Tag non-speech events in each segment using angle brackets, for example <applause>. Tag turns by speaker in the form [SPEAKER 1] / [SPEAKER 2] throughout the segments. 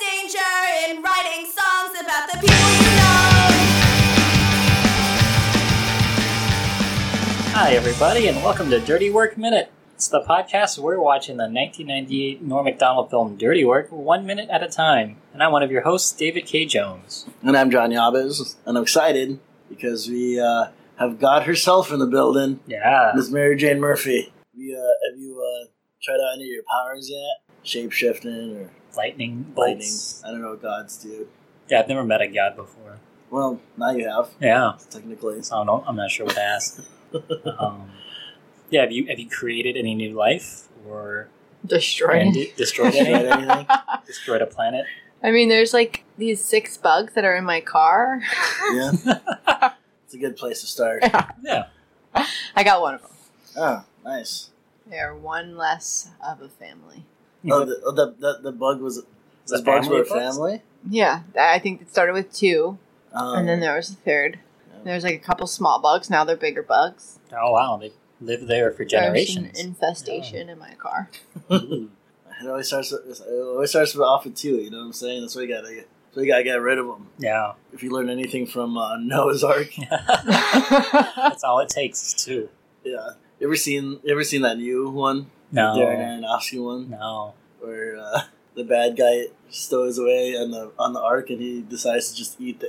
[SPEAKER 1] danger in writing songs about the people you know.
[SPEAKER 2] Hi, everybody, and welcome to Dirty Work Minute. It's the podcast where we're watching the 1998 Norm MacDonald film Dirty Work one minute at a time. And I'm one of your hosts, David K. Jones.
[SPEAKER 3] And I'm John Yabes, and I'm excited because we uh, have God herself in the building,
[SPEAKER 2] Yeah.
[SPEAKER 3] Miss Mary Jane Murphy. We, uh, have you uh, tried out any of your powers yet? Shape shifting or
[SPEAKER 2] Lightning
[SPEAKER 3] lightning?
[SPEAKER 2] bolts.
[SPEAKER 3] I don't know what gods do.
[SPEAKER 2] Yeah, I've never met a god before.
[SPEAKER 3] Well, now you have,
[SPEAKER 2] Yeah.
[SPEAKER 3] technically.
[SPEAKER 2] So I don't, I'm not sure what to ask. um, yeah, have you have you created any new life or
[SPEAKER 4] destroyed.
[SPEAKER 2] ended- destroyed
[SPEAKER 3] Tried <laughs>
[SPEAKER 2] any?
[SPEAKER 3] anything?
[SPEAKER 2] destroyed a planet?
[SPEAKER 4] I mean, there's like these six bugs that are in my car.
[SPEAKER 3] Yeah.
[SPEAKER 2] <laughs>
[SPEAKER 3] It's a good place to start.
[SPEAKER 2] Yeah.
[SPEAKER 4] I got one of them.
[SPEAKER 3] Oh, nice.
[SPEAKER 4] They're one less of a family.
[SPEAKER 3] Oh, the, oh, the, the, the bug was.
[SPEAKER 2] The
[SPEAKER 3] The bugs were a
[SPEAKER 2] family bugs?
[SPEAKER 3] family?
[SPEAKER 4] Yeah, I think it started with two,
[SPEAKER 3] Um,
[SPEAKER 4] and then there was a third.
[SPEAKER 3] Yeah.
[SPEAKER 4] There's like a couple small bugs. Now they're bigger bugs.
[SPEAKER 2] Oh, wow. They lived there for
[SPEAKER 4] There was an
[SPEAKER 2] generations.
[SPEAKER 4] infestation in my car. <laughs>
[SPEAKER 2] Ooh.
[SPEAKER 3] Mm-hmm. It always starts. With, it always starts with off with two. You know what I'm saying? That's why you gotta. That's why you gotta get rid of them.
[SPEAKER 2] yeah. <laughs>
[SPEAKER 3] If you learn anything from uh, <laughs> Noah's Ark,
[SPEAKER 2] That's all it takes, is two.
[SPEAKER 3] yeah. You ever seen? You ever seen that new one,
[SPEAKER 2] No.
[SPEAKER 3] Darren Aronofsky one,
[SPEAKER 2] No.
[SPEAKER 3] where uh, the bad guy stows away on the on the Ark and he decides to just eat the.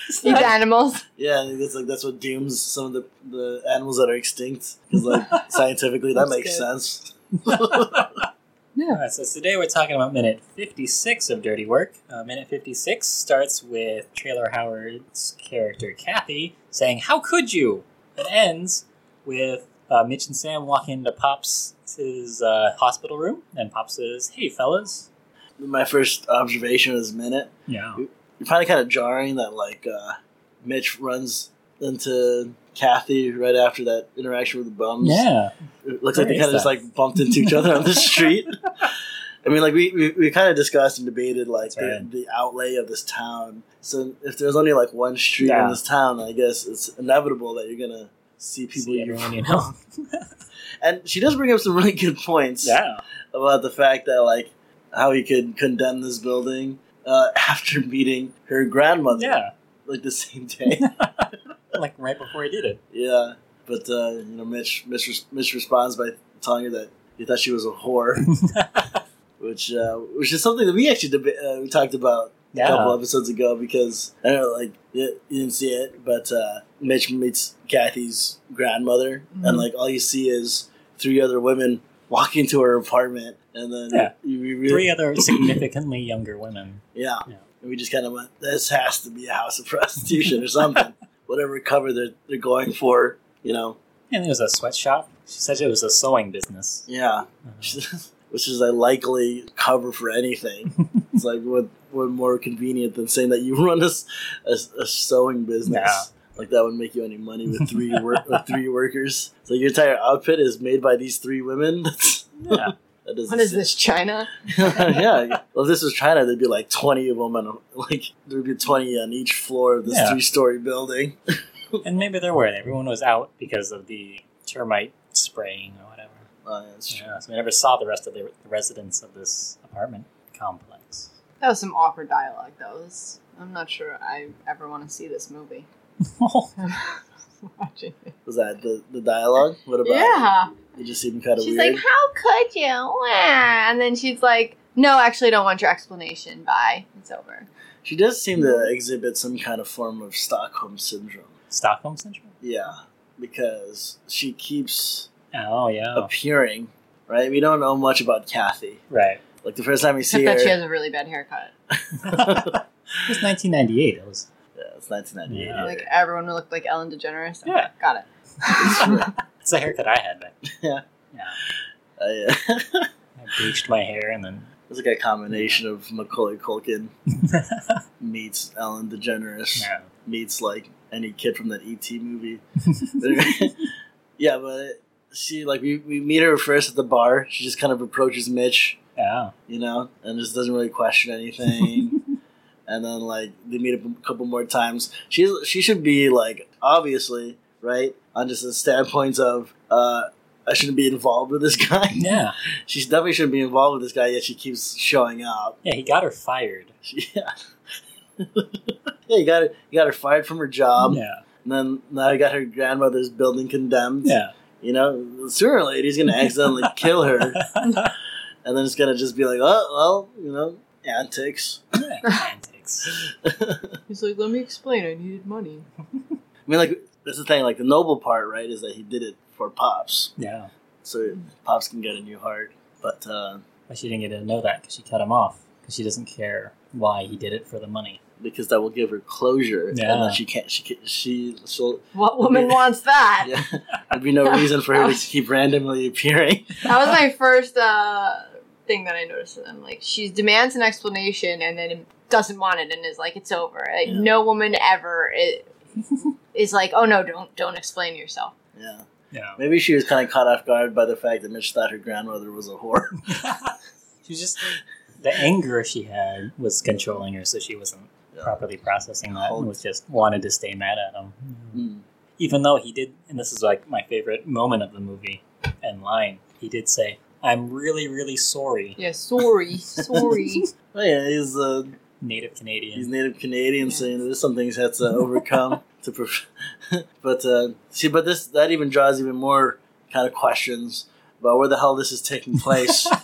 [SPEAKER 3] <laughs>
[SPEAKER 4] These animals.
[SPEAKER 3] yeah, and that's like that's what dooms some of the the animals that are extinct. Because like
[SPEAKER 4] <laughs>
[SPEAKER 3] scientifically, that
[SPEAKER 4] That's
[SPEAKER 3] makes
[SPEAKER 4] good.
[SPEAKER 3] sense. <laughs>
[SPEAKER 2] All right, so today we're talking about minute 56 of Dirty Work. Uh, minute 56 starts with Trailer Howard's character Kathy saying, How could you? It ends with uh, Mitch and Sam walk into Pops' uh, hospital room, and Pop says, Hey, fellas.
[SPEAKER 3] My first observation of this minute.
[SPEAKER 2] Yeah.
[SPEAKER 3] You find it kind of jarring that like uh, Mitch runs into Kathy right after that interaction with the bums.
[SPEAKER 2] Yeah.
[SPEAKER 3] It looks like they
[SPEAKER 2] Where is
[SPEAKER 3] kind of just
[SPEAKER 2] that?
[SPEAKER 3] like bumped into each other on
[SPEAKER 2] <laughs>
[SPEAKER 3] the street. I mean, like we, we, we kind of discussed and debated like
[SPEAKER 2] That's
[SPEAKER 3] the,
[SPEAKER 2] right.
[SPEAKER 3] the outlay of this town. So if there's only like one street
[SPEAKER 2] Yeah.
[SPEAKER 3] in this town, I guess it's inevitable that you're gonna see people
[SPEAKER 2] See
[SPEAKER 3] you
[SPEAKER 2] everyone you know.
[SPEAKER 3] And she does bring up some really good
[SPEAKER 2] <laughs>
[SPEAKER 3] points
[SPEAKER 2] yeah.
[SPEAKER 3] about the fact that like how he could condemn this building uh, <laughs> after meeting her grandmother
[SPEAKER 2] Yeah.
[SPEAKER 3] like the same day.
[SPEAKER 2] Like right before he did it.
[SPEAKER 3] yeah, but uh, you know, Mitch Mitch, Mitch responds by telling her that he thought she was
[SPEAKER 2] <laughs>
[SPEAKER 3] a whore. which uh, which is something that we actually deba- uh, we talked about a couple
[SPEAKER 2] Yeah.
[SPEAKER 3] episodes ago because I don't know, like you, you didn't see it, but uh, Mitch meets Kathy's grandmother,
[SPEAKER 4] Mhm.
[SPEAKER 3] and
[SPEAKER 2] Mm-hmm.
[SPEAKER 3] like all you see is three other women walking to her apartment, and then
[SPEAKER 2] Yeah.
[SPEAKER 3] you, you really,
[SPEAKER 2] Three other significantly younger women.
[SPEAKER 3] yeah.
[SPEAKER 2] Yeah.
[SPEAKER 3] And we just kind of went, this has to be a house of prostitution
[SPEAKER 2] <laughs>
[SPEAKER 3] or something, whatever cover they're they're going for, you know,
[SPEAKER 2] And it was a sweatshop. She said it was a sewing business.
[SPEAKER 3] yeah. which is <laughs> a likely cover for anything.
[SPEAKER 2] <laughs>
[SPEAKER 3] it's like what what more convenient than saying that you run a, s- a s- a sewing business.
[SPEAKER 2] Yeah.
[SPEAKER 3] Like that would make you any money with
[SPEAKER 2] <laughs>
[SPEAKER 3] three wor- with three workers. So your entire outfit is made by these three women. <laughs> That's-
[SPEAKER 2] Yeah.
[SPEAKER 3] that doesn't
[SPEAKER 4] What is
[SPEAKER 3] seem- <laughs>
[SPEAKER 4] this, China?
[SPEAKER 3] yeah. Well, if this was China, there'd be like twenty of them, and like there'd be twenty on each floor of this
[SPEAKER 2] Yeah.
[SPEAKER 3] three-story building.
[SPEAKER 2] And maybe there were. Everyone was out because of the termite spraying or whatever.
[SPEAKER 3] Oh, yeah, that's true.
[SPEAKER 2] Yeah, so we never saw the rest of the, the residents of this apartment <laughs> complex.
[SPEAKER 4] That was some awkward dialogue. That was. I'm not sure I ever want to see this movie. <laughs>
[SPEAKER 2] Oh,
[SPEAKER 4] Watching it.
[SPEAKER 3] Was that the, the dialogue? What about?
[SPEAKER 4] Yeah.
[SPEAKER 3] It just seemed kind of
[SPEAKER 4] She's
[SPEAKER 3] weird.
[SPEAKER 4] like, "How could you?" Wah." And then she's like, "No, actually, don't want your explanation. Bye. It's over."
[SPEAKER 3] she does seem to exhibit some kind of form of Stockholm syndrome.
[SPEAKER 2] Stockholm Syndrome?
[SPEAKER 3] Yeah, because she keeps
[SPEAKER 2] Oh, yeah.
[SPEAKER 3] appearing, right? We don't know much about Kathy.
[SPEAKER 2] Right.
[SPEAKER 3] Like the first time we
[SPEAKER 4] <laughs>
[SPEAKER 3] see
[SPEAKER 4] Except
[SPEAKER 3] her,
[SPEAKER 4] that she has a really bad haircut.
[SPEAKER 2] It was 1998. It was.
[SPEAKER 3] <laughs> yeah, it's 1998.
[SPEAKER 2] Yeah.
[SPEAKER 4] Like everyone looked like Ellen DeGeneres. Okay,
[SPEAKER 2] Yeah.
[SPEAKER 4] got it. <laughs>
[SPEAKER 3] It's true.
[SPEAKER 2] It's the haircut I had then.
[SPEAKER 3] Yeah.
[SPEAKER 2] <laughs> Yeah.
[SPEAKER 3] I, uh,
[SPEAKER 2] I bleached my hair and then.
[SPEAKER 3] <laughs> it's like a combination of
[SPEAKER 2] <laughs>
[SPEAKER 3] Macaulay Culkin meets Ellen DeGeneres
[SPEAKER 2] Yeah.
[SPEAKER 3] meets like any kid from that
[SPEAKER 2] <laughs>
[SPEAKER 3] ET movie. <laughs> But anyway, yeah, but she like we, we meet her first at the bar. She just kind of approaches Mitch.
[SPEAKER 2] Yeah.
[SPEAKER 3] you know, and just doesn't really
[SPEAKER 2] <laughs>
[SPEAKER 3] question anything. and then like they meet up a couple more times. She's she should be like obviously right on just the standpoints of uh, I shouldn't be involved with this guy. <laughs>
[SPEAKER 2] Yeah.
[SPEAKER 3] She definitely shouldn't be involved with this guy, yet she keeps showing up. <laughs>
[SPEAKER 2] Yeah, he got her fired.
[SPEAKER 3] Yeah. yeah, you got her, you got her fired from her job,
[SPEAKER 2] yeah.
[SPEAKER 3] and then now you got her grandmother's building condemned.
[SPEAKER 2] Yeah. <laughs>
[SPEAKER 3] You know, sooner or later he's going to accidentally kill her, and then it's going to just be like, oh, well, you know, antics.
[SPEAKER 2] <laughs> Antics.
[SPEAKER 4] He's like, let me explain. I needed money.
[SPEAKER 3] I mean, like, that's the thing, like, the noble part, right, is that he did it for Pops,
[SPEAKER 2] Yeah.
[SPEAKER 3] so Pops can get a new heart. But, uh,
[SPEAKER 2] But she didn't get to know that because she cut him off because she doesn't care why he did it for the money.
[SPEAKER 3] because that will give her closure, and
[SPEAKER 2] Yeah.
[SPEAKER 3] then she can't, she can't, she,
[SPEAKER 4] <laughs>
[SPEAKER 3] she'll,
[SPEAKER 4] What woman wants that?
[SPEAKER 3] <laughs> yeah, there'd be no reason for her to keep randomly appearing. <laughs>
[SPEAKER 4] That was my first uh, thing that I noticed in them. Like, she demands an explanation and then doesn't want it and is like, it's over. Like,
[SPEAKER 3] Yeah.
[SPEAKER 4] No woman ever
[SPEAKER 3] <laughs>
[SPEAKER 4] i- is like, oh no, don't don't explain yourself.
[SPEAKER 3] Yeah.
[SPEAKER 2] Yeah.
[SPEAKER 3] Maybe she was kind of caught off guard by the fact that Mitch thought her grandmother was a whore. <laughs>
[SPEAKER 2] she was just the anger she had was controlling her, so she wasn't
[SPEAKER 3] Yeah. Oh.
[SPEAKER 2] properly processing that and was just wanted to stay mad at him.
[SPEAKER 3] Mm.
[SPEAKER 2] Even though he did, and this is like my favorite moment of the movie and line, he did say, "I'm really, really sorry."
[SPEAKER 4] Yeah,
[SPEAKER 3] <laughs>
[SPEAKER 4] sorry, sorry.
[SPEAKER 3] Oh, yeah, he's uh,
[SPEAKER 2] Native Canadian.
[SPEAKER 3] he's Native Canadian,
[SPEAKER 4] Yeah.
[SPEAKER 3] so you know, there's some things he
[SPEAKER 2] <laughs>
[SPEAKER 3] has to overcome to. Pref- <laughs> but uh, see, but this that even draws even more kind of questions about where the hell this is taking place.
[SPEAKER 2] <laughs>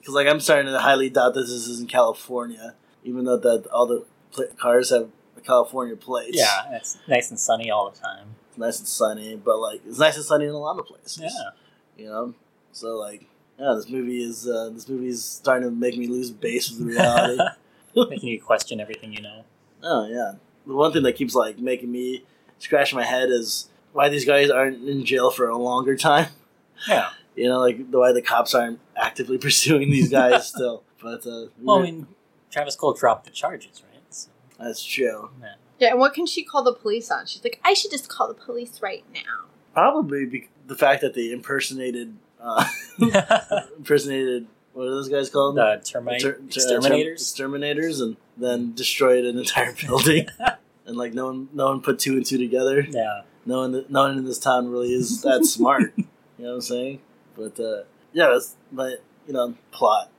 [SPEAKER 3] Because like I'm starting to highly doubt that this is in California, even though that all the pla cars have California plates.
[SPEAKER 2] yeah, it's nice and sunny all the time.
[SPEAKER 3] it's nice and sunny, but like it's nice and sunny in a lot of places.
[SPEAKER 2] Yeah,
[SPEAKER 3] you know. So like, yeah, this movie is uh, this movie is starting to make me lose base with
[SPEAKER 2] <laughs>
[SPEAKER 3] reality. <laughs>
[SPEAKER 2] making you question everything you know.
[SPEAKER 3] oh yeah, the one thing that keeps like making me scratch my head is why these guys aren't in jail for a longer time.
[SPEAKER 2] Yeah.
[SPEAKER 3] <laughs> You know, like the why the cops aren't actively <laughs> pursuing these
[SPEAKER 2] <laughs>
[SPEAKER 3] guys still. But uh,
[SPEAKER 2] Well, I mean, Travis Cole dropped the charges, right? So,
[SPEAKER 3] <laughs>
[SPEAKER 2] <laughs>
[SPEAKER 3] that's true.
[SPEAKER 2] yeah.
[SPEAKER 4] yeah, and what can she call the police on? She's like, I should just call the police right now.
[SPEAKER 3] Probably be- the fact that they impersonated
[SPEAKER 2] <laughs>
[SPEAKER 3] uh, impersonated what are those guys called?
[SPEAKER 2] the termite
[SPEAKER 3] Ter- uh, ter-
[SPEAKER 2] exterminators.
[SPEAKER 3] exterminators, and then destroyed an entire
[SPEAKER 2] <laughs>
[SPEAKER 3] building. and like no one, no one put two and
[SPEAKER 2] <laughs>
[SPEAKER 3] two together.
[SPEAKER 2] Yeah,
[SPEAKER 3] No one, no one in this town really is that smart.
[SPEAKER 2] <laughs>
[SPEAKER 3] you know what I'm saying? But uh, yeah, that's my you know plot.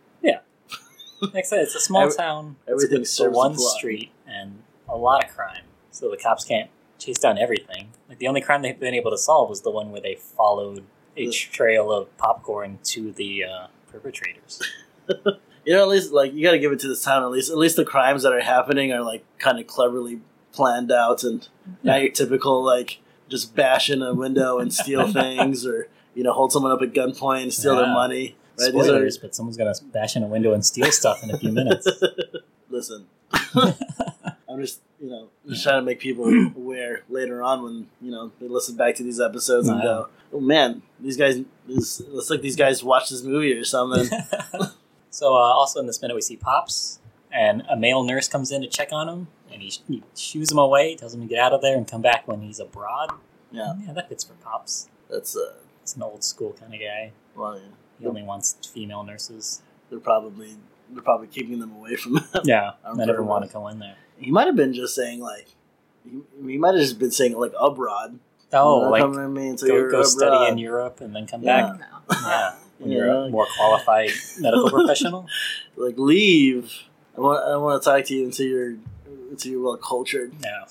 [SPEAKER 2] like I said, it's a small
[SPEAKER 3] Every-
[SPEAKER 2] town.
[SPEAKER 3] everything
[SPEAKER 2] it's
[SPEAKER 3] serves a
[SPEAKER 2] one
[SPEAKER 3] plot.
[SPEAKER 2] street and a lot of crime, so the cops can't chase down everything. Like the only crime they've been able to solve was the one where they followed a
[SPEAKER 3] The-
[SPEAKER 2] trail of popcorn to the uh, perpetrators.
[SPEAKER 3] You know, at least like you got to give it to this town. At least, at least the crimes that are happening are like kind of cleverly planned out, and not your typical like just bash in a window and
[SPEAKER 2] <laughs>
[SPEAKER 3] steal things, or you know hold someone up at gunpoint and steal their
[SPEAKER 2] Yeah.
[SPEAKER 3] money. <laughs> Right? These are-
[SPEAKER 2] Spoilers, but someone's gonna bash in a window and steal stuff in a few
[SPEAKER 3] <laughs>
[SPEAKER 2] minutes. <laughs>
[SPEAKER 3] Listen, I'm just you know just trying to
[SPEAKER 2] <clears throat>
[SPEAKER 3] make people aware later on when you know they listen back to these episodes and
[SPEAKER 2] Wow.
[SPEAKER 3] go, "Oh man, these guys, this, looks like these guys watched this movie or something."
[SPEAKER 2] <laughs> so uh, also in this minute we see pops and a male nurse comes in to check on him and he, he shoos him away tells him to get out of there and come back when he's abroad
[SPEAKER 3] Yeah.
[SPEAKER 2] yeah that fits for pops
[SPEAKER 3] That's uh,
[SPEAKER 2] he's an old school kind of guy
[SPEAKER 3] well, yeah,
[SPEAKER 2] he only wants female nurses
[SPEAKER 3] they're probably they're probably keeping them <laughs> away from.
[SPEAKER 2] yeah
[SPEAKER 3] I don't
[SPEAKER 2] not ever
[SPEAKER 3] remember.
[SPEAKER 2] want to go in there
[SPEAKER 3] he might have been just saying like, he, he might have just been saying like abroad.
[SPEAKER 2] oh
[SPEAKER 3] You know,
[SPEAKER 2] like
[SPEAKER 3] come to me and say
[SPEAKER 2] go,
[SPEAKER 3] you're
[SPEAKER 2] go study in
[SPEAKER 3] abroad.
[SPEAKER 2] europe and then come
[SPEAKER 3] Yeah.
[SPEAKER 2] back
[SPEAKER 4] No.
[SPEAKER 2] yeah when
[SPEAKER 3] Yeah.
[SPEAKER 2] you're a more qualified
[SPEAKER 3] <laughs>
[SPEAKER 2] medical professional
[SPEAKER 3] like leave. I want I want to talk to you until you're until you're well cultured
[SPEAKER 2] no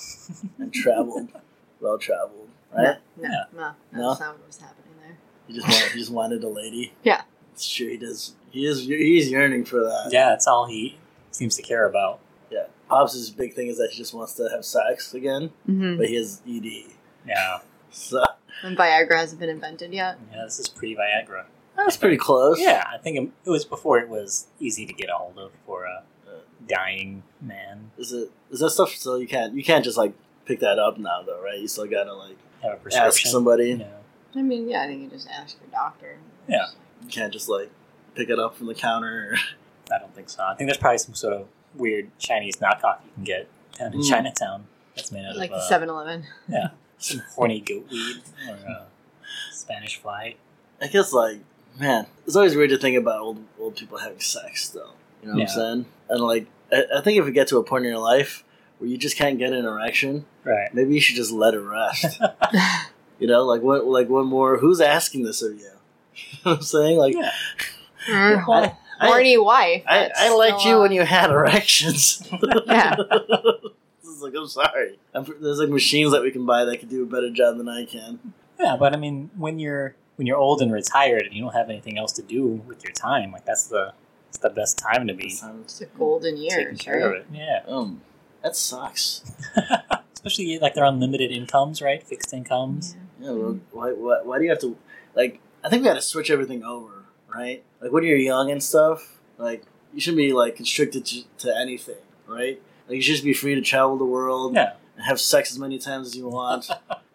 [SPEAKER 3] and traveled, <laughs> well traveled, right?
[SPEAKER 4] No,
[SPEAKER 2] Yeah.
[SPEAKER 4] no, no,
[SPEAKER 3] No?
[SPEAKER 4] that's not what was happening there.
[SPEAKER 3] He just wanted, he just wanted a lady.
[SPEAKER 4] Yeah.
[SPEAKER 3] it's true. He does. He is. He's yearning for that.
[SPEAKER 2] yeah that's all he seems to care about
[SPEAKER 3] Yeah. Pops' big thing is that he just wants to have sex again,
[SPEAKER 4] Mm-hmm.
[SPEAKER 3] but he has ED.
[SPEAKER 2] yeah
[SPEAKER 3] So
[SPEAKER 4] And Viagra hasn't been invented yet.
[SPEAKER 2] yeah this is pre-viagra
[SPEAKER 3] that's pretty close.
[SPEAKER 2] Yeah, I think it was before it was easy to get a hold of for a
[SPEAKER 3] Uh,
[SPEAKER 2] dying man.
[SPEAKER 3] Is it? Is that stuff still? You can't. You can't just like pick that up now, though, right? You still gotta like
[SPEAKER 2] Have a
[SPEAKER 3] ask
[SPEAKER 2] prescription.
[SPEAKER 3] somebody.
[SPEAKER 2] You know.
[SPEAKER 4] I mean, yeah, I think you just ask your doctor.
[SPEAKER 2] Yeah.
[SPEAKER 3] You can't just like pick it up from the counter.
[SPEAKER 2] I don't think so. I think there's probably some sort of weird Chinese knockoff you can get down in
[SPEAKER 3] Mm.
[SPEAKER 2] Chinatown. That's made out
[SPEAKER 4] Like
[SPEAKER 2] of
[SPEAKER 4] the
[SPEAKER 2] uh,
[SPEAKER 4] 7 Eleven.
[SPEAKER 2] some horny goat weed or uh, Spanish fly.
[SPEAKER 3] I guess like man, it's always weird to think about old old people having sex though. You know what
[SPEAKER 2] Yeah.
[SPEAKER 3] I'm saying? And like, I, I think if you get to a point in your life where you just can't get an erection,
[SPEAKER 2] Right.
[SPEAKER 3] maybe you should just let it rest. <laughs> You know, like what, like one more. Who's asking this of you? <laughs> you know what I'm saying, like,
[SPEAKER 2] Yeah.
[SPEAKER 4] Mm,
[SPEAKER 3] I- I-
[SPEAKER 4] horny wife.
[SPEAKER 3] I,
[SPEAKER 4] That's
[SPEAKER 3] I liked
[SPEAKER 4] still,
[SPEAKER 3] you
[SPEAKER 4] uh,
[SPEAKER 3] when you had <laughs> erections.
[SPEAKER 4] <laughs>
[SPEAKER 2] <laughs>
[SPEAKER 4] Yeah.
[SPEAKER 3] It's like I'm sorry. I'm, there's like machines that we can buy that could do a better job than I can.
[SPEAKER 2] Yeah, but I mean, when you're when you're old and retired and you don't have anything else to do with your time, like that's the it's the best time to be
[SPEAKER 4] It's a golden year.
[SPEAKER 2] taking care of
[SPEAKER 4] Sure.
[SPEAKER 2] it. Yeah, <laughs>
[SPEAKER 3] Um, that sucks.
[SPEAKER 2] especially like they're on limited incomes, right? Fixed incomes.
[SPEAKER 3] Yeah, well, why, why, why do you have to like? I think we got to switch everything over, right? Like when you're young and stuff, like you shouldn't be like constricted to, to anything, right? Like you should just be free to travel the world,
[SPEAKER 2] Yeah,
[SPEAKER 3] and have sex as many times as you want,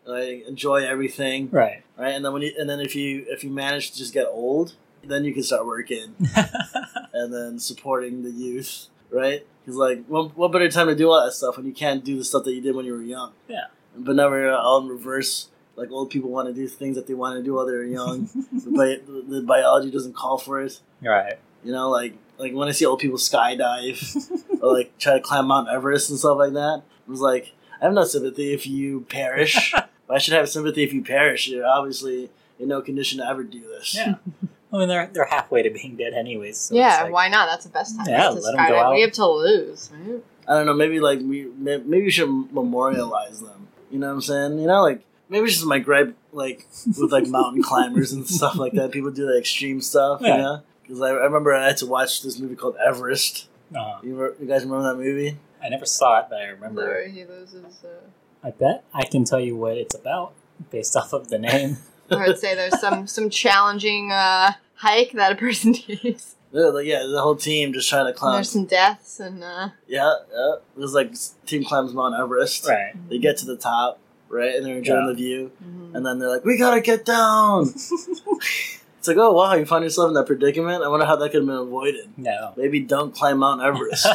[SPEAKER 3] like enjoy everything,
[SPEAKER 2] right. <laughs>
[SPEAKER 3] right? And then when you, and then if you if you manage to just get old, then you can start working and then supporting the youth, right? Because like, what, what better time to do all that stuff when you can't do the stuff that you did when you were young?
[SPEAKER 2] Yeah.
[SPEAKER 3] But now we're all in reverse. Like old people want to do things that they want to do while
[SPEAKER 2] <laughs>
[SPEAKER 3] they're young, but the, the biology doesn't call for it.
[SPEAKER 2] right.
[SPEAKER 3] You know, like like when I see old
[SPEAKER 2] <laughs>
[SPEAKER 3] people skydive or like try to climb Mount Everest and stuff like that, I was like, I have no sympathy if you
[SPEAKER 2] <laughs>
[SPEAKER 3] perish. I should have sympathy if you perish. You're obviously in no condition to ever do this.
[SPEAKER 2] Yeah. I mean, they're they're halfway to being dead anyways. So it's
[SPEAKER 4] yeah,
[SPEAKER 2] like-
[SPEAKER 4] why not? That's the best time.
[SPEAKER 2] Yeah,
[SPEAKER 4] to
[SPEAKER 2] let 'em go
[SPEAKER 4] skydive.
[SPEAKER 2] out.
[SPEAKER 4] We have to lose. Right?
[SPEAKER 3] I don't know. Maybe like we may- maybe we should memorialize them. You know what I'm saying? You know, like maybe it's just my gripe, like with
[SPEAKER 2] <laughs>
[SPEAKER 3] like mountain climbers and stuff like that. People do that extreme stuff.
[SPEAKER 2] Yeah.
[SPEAKER 3] You know, because I, I remember I had to watch this movie called Everest.
[SPEAKER 2] Uh,
[SPEAKER 3] You, re- you guys remember that movie?
[SPEAKER 2] I never saw it, but I remember.
[SPEAKER 4] Where
[SPEAKER 2] it.
[SPEAKER 4] he loses. Uh,
[SPEAKER 2] I bet I can tell you what it's about based <laughs> off of the name.
[SPEAKER 4] I would say there's some some challenging uh, hike that a person <laughs> takes.
[SPEAKER 3] They're like, <laughs> yeah, the whole team just trying to
[SPEAKER 4] And
[SPEAKER 3] climb.
[SPEAKER 4] there's some deaths and uh,
[SPEAKER 3] Yeah, yeah. It was like s- team climbs Mount Everest.
[SPEAKER 2] right.
[SPEAKER 3] They get to the top, right, and they're enjoying
[SPEAKER 2] Yeah. Mm-hmm.
[SPEAKER 3] the view,
[SPEAKER 4] mhm.
[SPEAKER 3] and then they're like, "We gotta
[SPEAKER 2] <laughs>
[SPEAKER 3] get down." it's like, oh wow, you find yourself in that predicament. I wonder how that could have been avoided.
[SPEAKER 2] No. <laughs>
[SPEAKER 3] maybe don't climb Mount Everest.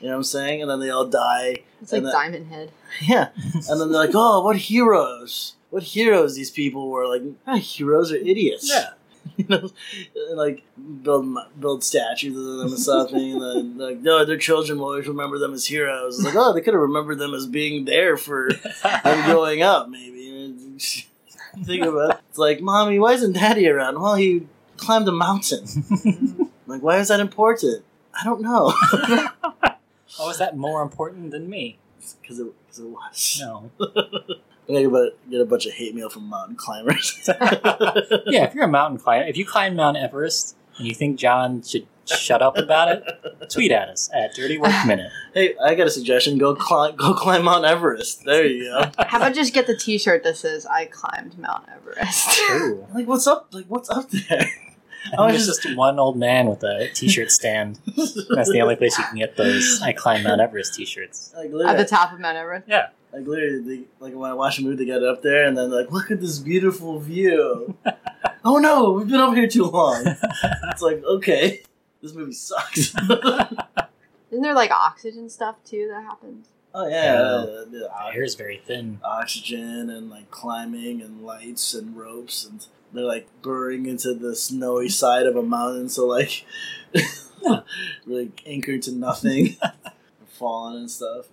[SPEAKER 3] you know what I'm saying? And then they all die. <laughs>
[SPEAKER 4] it's like
[SPEAKER 3] and that-
[SPEAKER 4] Diamond Head. <laughs>
[SPEAKER 3] Yeah. And then they're like, oh, what heroes. What heroes these people were. Like, not heroes are idiots.
[SPEAKER 2] Yeah.
[SPEAKER 3] <laughs> You know, and, like build mo- build statues of them and stuff, and then like no, their children will always remember them as heroes. It's like oh, they could have remembered them as being there for them growing up, maybe. <laughs> And Think about it. it's like, mommy, why isn't daddy around? Well, he climbed a mountain. like, why is that important? I don't know.
[SPEAKER 2] Oh, is that more important than me?
[SPEAKER 3] Because it, cause it was.
[SPEAKER 2] No.
[SPEAKER 3] I'm gonna get a, bu- get a bunch of hate mail from mountain climbers.
[SPEAKER 2] <laughs>
[SPEAKER 3] <laughs>
[SPEAKER 2] Yeah, if you're a mountain climber, if you climb Mount Everest and you think John should shut up about <laughs> it, tweet at us at Dirty Work Minute.
[SPEAKER 3] hey, I got a suggestion. Go climb, go climb Mount Everest. There you
[SPEAKER 4] <laughs>
[SPEAKER 3] go.
[SPEAKER 4] How about just get the T-shirt that says "I climbed Mount
[SPEAKER 3] <laughs>
[SPEAKER 4] Everest"? <laughs>
[SPEAKER 2] Ooh.
[SPEAKER 3] Like, what's up? Like, what's up there? <laughs>
[SPEAKER 2] I think there's just one old man with a t-shirt stand. That's the only place you can get those "I climb Mount Everest" t-shirts.
[SPEAKER 3] Like
[SPEAKER 4] At
[SPEAKER 3] literally,
[SPEAKER 4] the top of Mount Everest.
[SPEAKER 3] like literally, they, like when I watch a movie, they get up there and then like, look at this beautiful view.
[SPEAKER 4] <laughs>
[SPEAKER 3] oh no, we've been up here too long. it's like, okay, this movie sucks. <laughs>
[SPEAKER 4] Isn't there like oxygen stuff too that happens?
[SPEAKER 3] oh
[SPEAKER 2] Yeah.
[SPEAKER 3] yeah, the- the
[SPEAKER 2] The
[SPEAKER 3] ox-
[SPEAKER 2] air is very thin.
[SPEAKER 3] oxygen and like climbing and lights and ropes and they're like burrowing into the snowy side of a mountain so like <laughs> really anchored to nothing <laughs> falling and stuff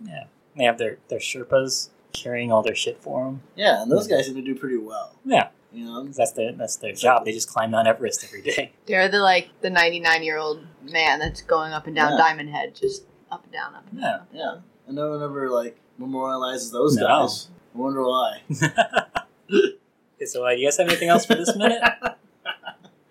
[SPEAKER 2] They have their their Sherpas carrying all their shit for them.
[SPEAKER 3] yeah and those guys seem to do pretty well
[SPEAKER 2] Yeah.
[SPEAKER 3] you know
[SPEAKER 2] That's their that's their job. They just climb Mount Everest every day.
[SPEAKER 4] They're the like the 99 year old man that's going up and down
[SPEAKER 3] Yeah.
[SPEAKER 4] Diamond Head, just up and down, up and
[SPEAKER 2] Yeah.
[SPEAKER 4] down.
[SPEAKER 3] yeah and no one ever like memorializes those
[SPEAKER 2] No.
[SPEAKER 3] guys i wonder why
[SPEAKER 2] Okay, so, uh, you guys have anything else for this <laughs> minute?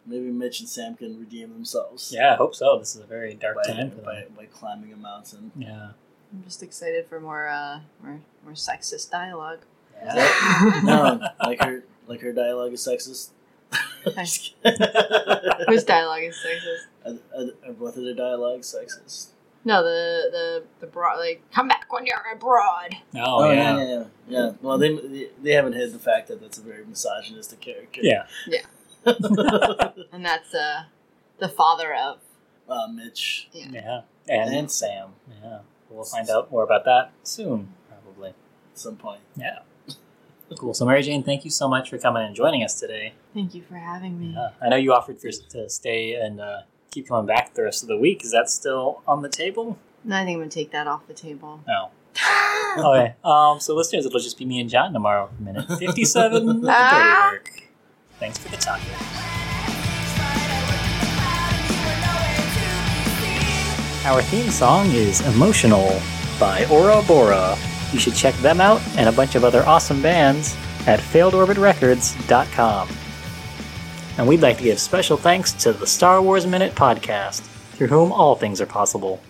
[SPEAKER 3] maybe mitch and sam can redeem themselves
[SPEAKER 2] Yeah, I hope so. This is a very dark
[SPEAKER 3] by,
[SPEAKER 2] time for
[SPEAKER 3] by,
[SPEAKER 2] them.
[SPEAKER 3] by climbing a mountain
[SPEAKER 2] Yeah.
[SPEAKER 4] I'm just excited for more uh more more sexist dialogue. <laughs>
[SPEAKER 2] yeah.
[SPEAKER 3] no Um, like her like her dialogue is sexist <laughs> Just kidding.
[SPEAKER 4] Whose dialogue is sexist?
[SPEAKER 3] Are, are, are both of their dialogues sexist?
[SPEAKER 4] No, the the the broad like come back when you're abroad.
[SPEAKER 2] Oh, yeah.
[SPEAKER 3] yeah, yeah, yeah. Yeah. Well, they, they they haven't hid the fact that that's a very misogynistic character.
[SPEAKER 2] Yeah.
[SPEAKER 4] And that's uh the father of
[SPEAKER 3] <laughs> uh, Mitch
[SPEAKER 2] Yeah.
[SPEAKER 4] Yeah.
[SPEAKER 2] And,
[SPEAKER 3] and Sam
[SPEAKER 2] yeah. We'll find out more about that soon, probably.
[SPEAKER 3] at some point.
[SPEAKER 2] Yeah. Cool. So, Mary Jane, thank you so much for coming and joining us today.
[SPEAKER 4] Thank you for having me.
[SPEAKER 2] Yeah. I know you offered for, to stay and uh, keep coming back the rest of the week. Is that still on the table?
[SPEAKER 4] And I think I'm gonna take that off the table.
[SPEAKER 2] No. okay. Um, so listeners, it'll just be me and John tomorrow for minute fifty-seven. of the
[SPEAKER 4] Ah.
[SPEAKER 2] Dirty work. Thanks for the time. Our theme song is Emotional by Ora Bora. You should check them out and a bunch of other awesome bands at failedorbitrecords.com. And we'd like to give special thanks to the Star Wars Minute podcast, through whom all things are possible.